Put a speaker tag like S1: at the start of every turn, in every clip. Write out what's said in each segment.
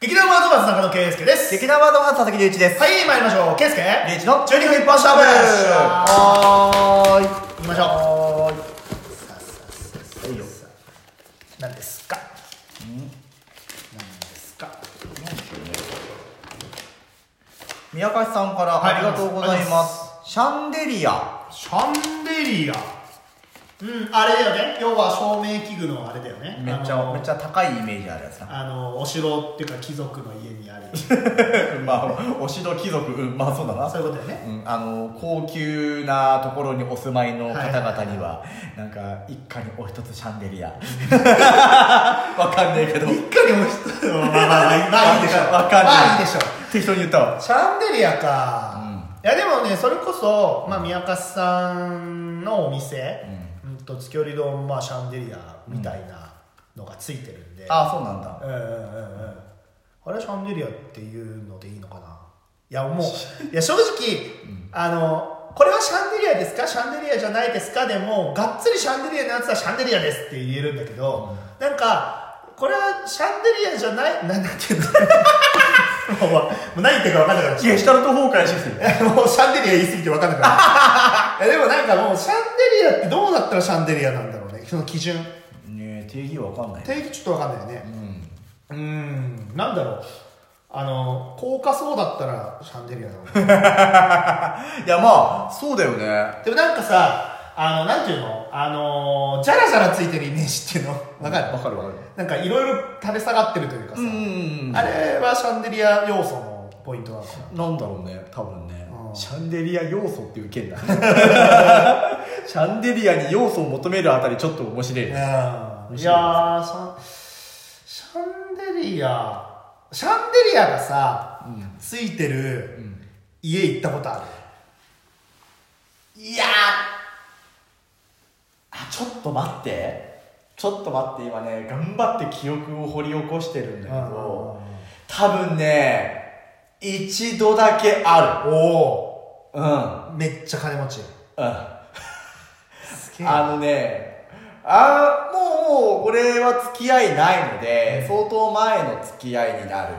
S1: 劇団ワードバズ中野圭介です。
S2: 劇団ワードマン佐々木隆一です。
S1: はい、参りましょう。圭介
S2: 隆一の
S1: 中肉一本勝負
S2: はーい。
S1: 行きましょう
S2: はーい。
S1: さあさあさあさあ何ですか何ですか
S2: 宮川さんから
S1: はい
S2: ありがとうござい
S1: ありがとうございま
S2: ます。シャンデリア。
S1: シャンデリア。うん、あれだよね。要は照明器具のあれだよね。
S2: めっち
S1: あの
S2: ゃ、めっちゃ高いイメージあるやつな。
S1: あの、お城っていうか貴族の家にある。
S2: まあ、お城貴族、うん、まあそうだな。
S1: そういうことだよね。
S2: うん、あの高級なところにお住まいの方々には、なんか一家にお一つシャンデリ アわかんねえけど
S1: 一家にも一つ まあまあまあ、まあいいでしょう。
S2: わかんねえ
S1: まあいいでしょう。
S2: 適当に言ったわ
S1: シャンデリアか、いやでもねそれこそ、まあ、宮笠さんのお店、うん、と月寄り丼、まあ、シャンデリアみたいなのがついてるんで、
S2: ああそうなんだ
S1: うんうんうんうんあれシャンデリアっていうのでいいのかないやも ういや正直、あのこれはシャンデリアですかシャンデリアじゃないですかでもがっつりシャンデリアのやつはシャンデリアですって言えるんだけど、なんかこれはシャンデリアじゃない ななんていうのもうもう何言ってるか分かんなくなっちゃう
S2: ゲシュタルト崩壊してきてる
S1: もうシャンデリア言い過ぎて分かんなくなった いやでもなんかもうシャンデリアってどうなったらシャンデリアなんだろうねその基準
S2: ねえ定義わかんない
S1: 定義ちょっと分かんないよ
S2: う
S1: ね
S2: ん
S1: うーんなんだろうあの高価そうだったらシャンデリアだろうね
S2: いやまあそうだよね
S1: でもなんかさあのなんていうのあのジャラジャラついてるイメージっていうの分かる、
S2: わかるわかる
S1: なんかいろいろ垂れ下がってるというかさ、
S2: うんうんうん
S1: あれはシャンデリア要素のポイントなのかな
S2: なんだろうね多分ね
S1: うん
S2: シャンデリア要素っていう件だ シャンデリアに要素を求めるあたりちょっと面白い
S1: い
S2: ね
S1: やー
S2: むし
S1: シ
S2: ろ
S1: ャンシャンデリアシャンデリアがさ、ついてる、家行ったことあるいや
S2: あちょっと待ってちょっと待って今ね頑張って記憶を掘り起こしてるんだけど多分ね一度だけある
S1: お
S2: うんうん
S1: おめっちゃ金持ち
S2: あ
S1: す
S2: のねあーもうもうこれは付き合いないので、相当前の付き合いになる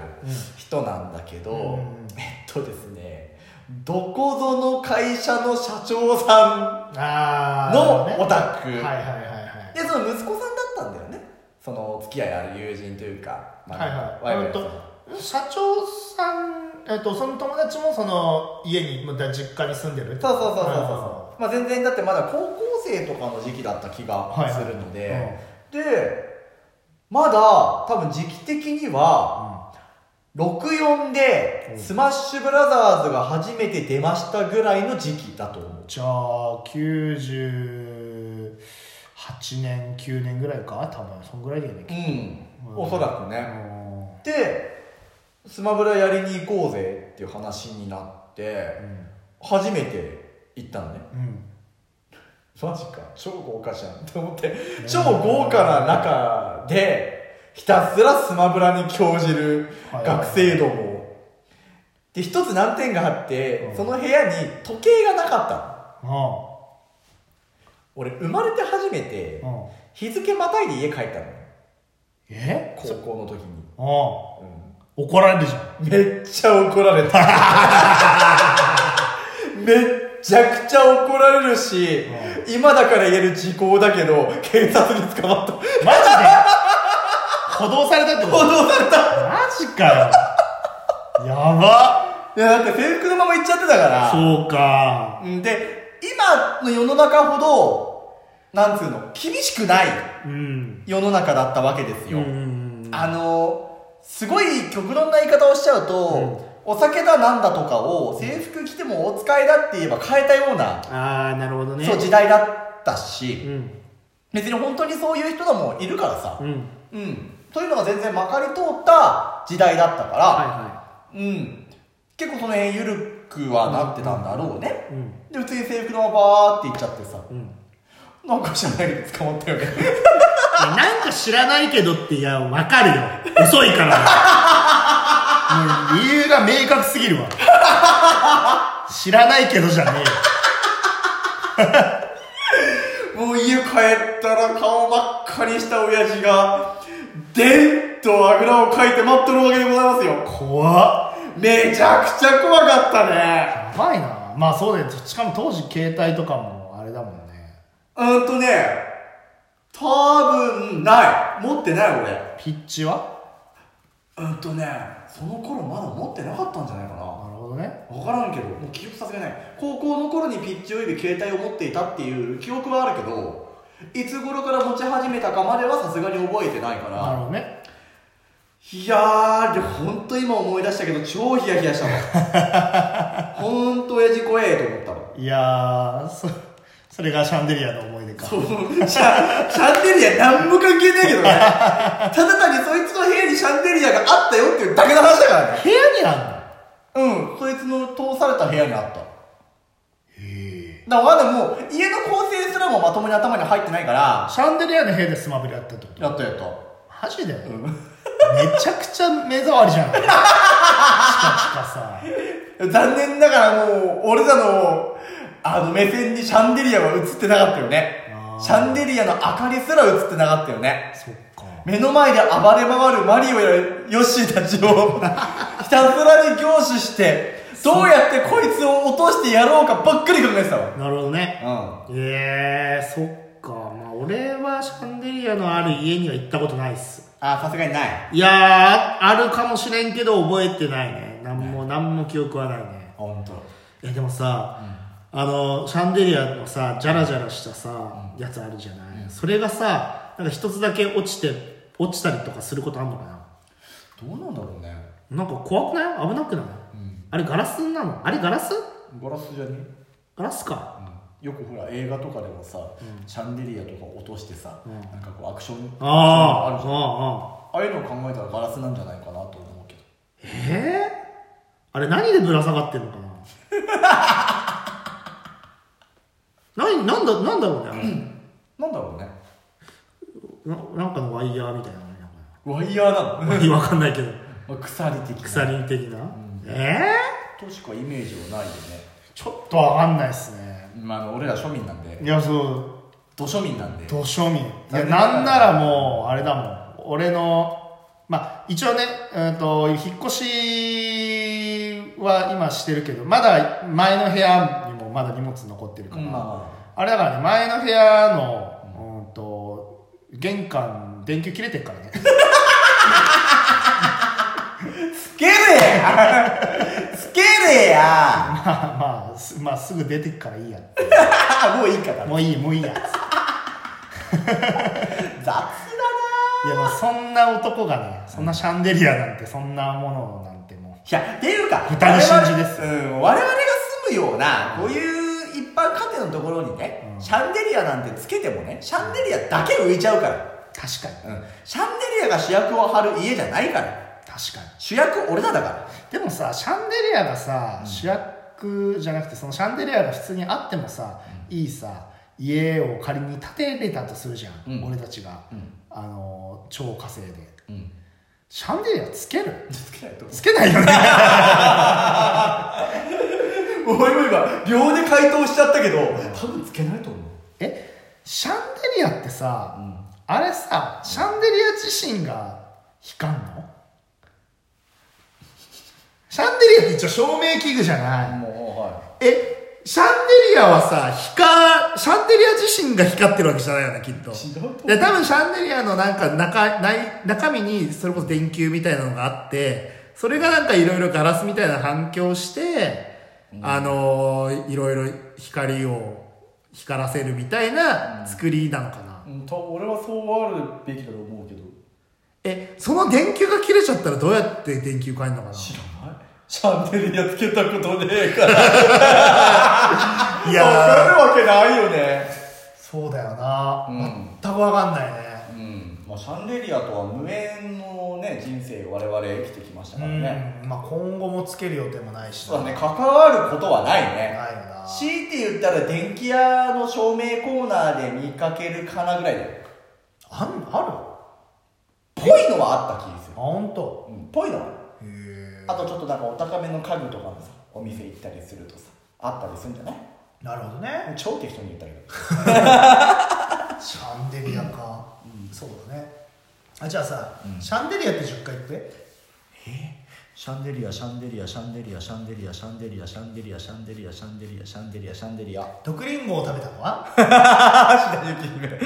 S2: 人なんだけど、
S1: うん
S2: えっとですねどこぞの会社の社長さ
S1: あ
S2: ん
S1: ー
S2: の
S1: なるほ
S2: オ
S1: どね
S2: タク、
S1: はいはいはいはい
S2: でその息子さんだったんだよねそのお付き合いある友人というか、まあ
S1: はいはい
S2: ワイ
S1: うん
S2: ワイさん
S1: と社長さん、えっと、その友達もその家にまた実家に住んでる
S2: そうそうそうそうそう
S1: は
S2: まあ全然だってまだ高校生とかの時期だった気がするので、
S1: はいはい
S2: でまだ多分時期的に
S1: い
S2: は
S1: はい
S2: 64でスマッシュブラザーズが初めて出ましたぐらいの時期だと思う
S1: じゃあ98年9年ぐらいか多分そんぐらいだよね
S2: う
S1: きっう
S2: ん
S1: ん
S2: おそらく
S1: と
S2: ねでスマブラやりに行こうぜっていう話になって初めて行ったのね
S1: うん、うん、
S2: マジか超豪華じゃんと思って超豪華な中でひたすらスマブラに興じる
S1: はい
S2: 学生どもで一つ難点があって、
S1: うん
S2: その部屋に時計がなかったの
S1: あ
S2: 俺生まれて初めて
S1: あうん
S2: 日付またいで家帰ったの
S1: え
S2: 高校の時に、
S1: ああ怒られるじゃん
S2: うんめっちゃ怒られた めっちゃくちゃ怒られるし、今だから言える時効だけど警察に捕まった
S1: マジで 補導されたってこと
S2: 報道された
S1: マジかよやば
S2: いや、だって制服のまま行っちゃってたから。
S1: そうか
S2: うんで、今の世の中ほど、なんつうの、厳しくない
S1: うん
S2: 世の中だったわけです
S1: う
S2: よ。
S1: ん
S2: あの、すごい極論な言い方をしちゃうと、お酒だなんだとかを制服着てもお使いだって言えば変えたような、
S1: ああなるほどね
S2: そう時代だった
S1: う
S2: し、
S1: ん
S2: 別に本当にそういう人らもいるからさ
S1: う、ん
S2: うん。というのが全然まかり通った時代だったから、
S1: は
S2: うん。結構その辺緩くはなってたんだろうね。
S1: いはいうん
S2: で普通に制服のままバーって行っちゃってさ
S1: うん
S2: なんか知らないけど捕まったよね
S1: いやなんか知らないけどっていやわかるよ遅いからもう理由が明確すぎるわ知らないけどじゃねえよ
S2: もう家帰ったら顔真っ赤にした親父がでッドあぐらをかいて待っとるわけでございますよ。
S1: 怖っ
S2: めちゃくちゃ怖かったね。
S1: やばいなまあそうだよしかも当時携帯とかもあれだもんね
S2: うんとね、多分ない。持ってない俺。
S1: ピッチは
S2: うんとね、その頃まだ持ってなかったんじゃないかな。
S1: なるほどね
S2: わからんけど、もう記憶させがない。高校の頃にピッチ及び携帯を持っていたっていう記憶はあるけど、いつ頃から持ち始めたかまではさすがに覚えてないか
S1: なる
S2: ら。
S1: ほどね
S2: いやー、で、ほんと今思い出したけど、超ヒヤヒヤ したの。ほんと親父怖えと思ったの。
S1: いやーそそれがシャンデリアの思い出か
S2: そう、 シャシャンデリア何も関係ないけどね。ただ単にそいつの部屋にシャンデリアがあったよっていうだけの話だからね。
S1: 部屋にあ
S2: うん、そいつの通された部屋にあった。
S1: んのへえ
S2: だからまだもう家の構成すらもまともに頭に入ってないから
S1: シャンデリアの部屋でスマブラやったってこと
S2: やったやった
S1: マジで、
S2: ん
S1: めちゃくちゃ目障りじゃんチカチカさ
S2: 残念ながらもう俺らのあの目線にシャンデリアは映ってなかったよね
S1: あー
S2: シャンデリアの明かりすら映ってなかったよね
S1: そっか
S2: 目の前で暴れ回るマリオやヨッシーたちをひたすらに凝視してどうやってこいつを落としてやろうかばっかり考えてたわ
S1: なるほどね
S2: うん
S1: ええー、そっかまあ俺はシャンデリアのある家には行ったことないっす
S2: あさすがにない
S1: いやーあるかもしれんけど覚えてないねなんもなんも記憶はないね
S2: 本当。
S1: いやでもさ、あのシャンデリアのさジャラジャラしたさ、やつあるじゃない、それがさなんか一つだけ落ちて落ちたりとかすることあんのかな
S2: どうなんだろうね
S1: なんか怖くない危なくない、あれガラスなのあれガラス
S2: ガラスじゃね
S1: ガラスか
S2: よくほら映画とかでもさ、シャンデリアとか落としてさ、
S1: うん
S2: なんかこうアクション
S1: あ
S2: ある
S1: あ
S2: じゃん
S1: ああ
S2: ああいうのを考えたらガラスなんじゃないかなと思うけど
S1: ええあれ何でぶら下がってんのかな 何なんだなんだろうねあれ、
S2: なんだろうね
S1: ななんかのワイヤーみたいなのねなんか
S2: ワイヤーなの
S1: わけわかんないけど
S2: 鎖的な
S1: 鎖的な、ええ
S2: としかイメージはないよね、
S1: ちょっとわかんないっすね
S2: まああの、俺ら庶民なんで
S1: いやそう
S2: 土庶民なんで
S1: ど庶民いや
S2: 残念ながら
S1: なんならもうあれだもん俺のまあ一応ね、うん、と引っ越しは今してるけどまだ前の部屋にもまだ荷物残ってるか
S2: う
S1: ら、
S2: んま
S1: あれだからね前の部屋の、うん、と玄関電球切れてるからね
S2: あつけねえやつけねえや
S1: まあまあす,、まあ、すぐ出てくからいいや
S2: もういいかな
S1: もういいもういいやい
S2: 雑だな
S1: やもうそんな男がねそんなシャンデリアなんてそんなものなんてもう
S2: いや、っていうか、
S1: 豚の真珠です
S2: 我々うん、我々が住むような、こういう一般家庭のところにね、シャンデリアなんてつけてもね、シャンデリアだけ浮いちゃうから。
S1: 確かに
S2: うん。シャンデリアが主役を張る家じゃないから。
S1: 確かに
S2: 主役俺らだから。
S1: でもさシャンデリアがさ、主役じゃなくてそのシャンデリアが普通にあってもさ、いいさ家を仮に建てれたとするじゃん、
S2: うん
S1: 俺たちが、
S2: ん
S1: あの超稼いで
S2: うん。
S1: シャンデリアつける
S2: つけないと。
S1: つけない よね
S2: おいおいが、秒で回答しちゃったけど、多分つけないと思う。
S1: えシャンデリアってさ、
S2: ん
S1: あれさシャンデリア自身が光んの シャンデリアって一応照明器具じゃない、
S2: もう、は
S1: えシャンデリアはさ光シャンデリア自身が光ってるわけじゃないよねきっと
S2: 違うと思う
S1: で多分シャンデリアのなんか中内中身にそれこそ電球みたいなのがあってそれがなんかいろいろガラスみたいな反響して、あのーいろいろ光を光らせるみたいな作りなのかな、
S2: い。うん、俺はそうあるべきだと思うけど。
S1: えその電球が切れちゃったらどうやって電球変えるのかな
S2: 知らないシャンデリアつけたことねえから。
S1: い
S2: わ
S1: やー
S2: かるわけないよね。
S1: そうだよな、
S2: うん
S1: 全く分かんないね
S2: うんまあ、シャンデリアとは無縁の、ね、人生を我々生きてきましたからね、
S1: うんまあ、今後もつける予定もないし
S2: そうだね関わることはない
S1: ない
S2: ね
S1: よな
S2: 強いて言ったら電気屋の照明コーナーで見かけるかなぐらいだよ
S1: あんあ
S2: ぽいのはあった気がす
S1: るあ
S2: る
S1: 本当。
S2: うんぽいのはある
S1: へえ
S2: あとちょっとなんかお高めの家具とかもさお店行ったりするとさあったりするんじゃない
S1: なるほどね
S2: 超適当に言ったけど
S1: シャンデリアか、そうだねあじゃあさ、
S2: うん
S1: シャンデリアって10回言って
S2: えシャンデリアシャンデリアシャンデリアシャンデリアシャンデリアシャンデリアシャンデリアシャンデリアシャンデリアシャンデリア
S1: 毒リンゴを食べたのは
S2: あ白雪姫待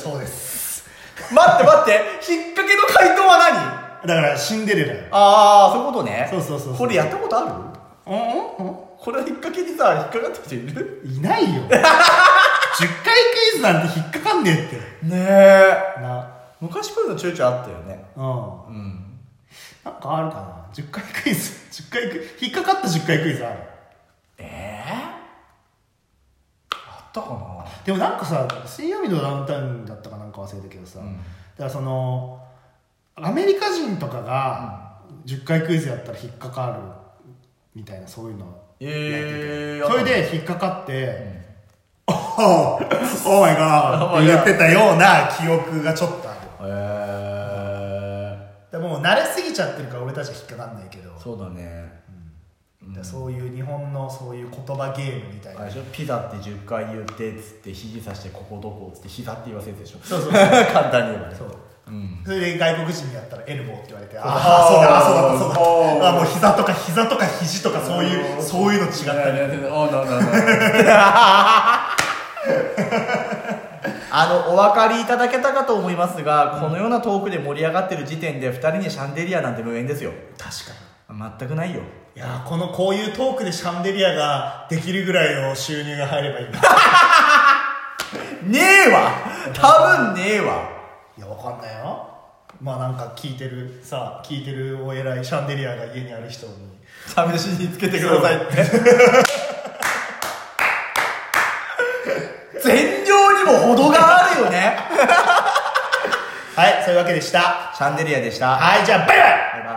S1: そうです
S2: って待って引っ掛けの回答は何
S1: だからシンデレラよ
S2: ああそういうことね
S1: そうそうそうそう
S2: これやったことある
S1: う
S2: これ引っ掛けにさ引っ掛かった人いる
S1: んいない よ10回クイズなんて引っかかんねえって
S2: ねえ
S1: な
S2: 昔こういうのちょいちょいあったよね
S1: うん
S2: うん
S1: なんかあるかな10回クイズ10回クイズ引っかかった10回クイズある
S2: ええあったかな
S1: でもなんかさ水曜日のダウンタウンだったかなんか忘れたけどさ、
S2: うん
S1: だからそのアメリカ人とかが10回クイズやったら引っかかるみたいなそういうの
S2: ええ
S1: それで引っかかって「おおオーマイガー」って言ってたような記憶がちょっとある
S2: ええ
S1: でももう慣れすぎちゃってるから俺たちは引っかかんないけど、
S2: そうだね
S1: だからそういう日本のそういう言葉ゲームみたいな、
S2: あれでしょピザって10回言ってっつって肘さしてここどこっつって膝って言わせるでしょ
S1: そうそう
S2: 簡単に言えばね
S1: そう
S2: うん
S1: それで外国人にやったらエルボーって言われて、あ
S2: あ
S1: あ、
S2: ー
S1: そうだ、あーそうだ、そうだ、あ
S2: あ
S1: ー
S2: ー
S1: もう膝とか膝とか肘とかそういう、そういうの違ったり。
S2: ねおなななあのお分かりいただけたかと思いますがこのようなトークで盛り上がってる時点で2人にシャンデリアなんて無縁ですよ
S1: 確か
S2: 全くないよ
S1: に。いやーこの、こういうトークでシャンデリアができるぐらいの収入が入ればい いな。い
S2: ねえわ多分ねえわ
S1: や、わかんないよ。まあなんか聞いてる、さ、聞いてるお偉いシャンデリアが家にある人に。
S2: 試しにつけてくださいって全量にも程があるよね
S1: はい、そういうわけでした。
S2: シャンデリアでした
S1: はい、じゃあ、バイバイ
S2: バイバイ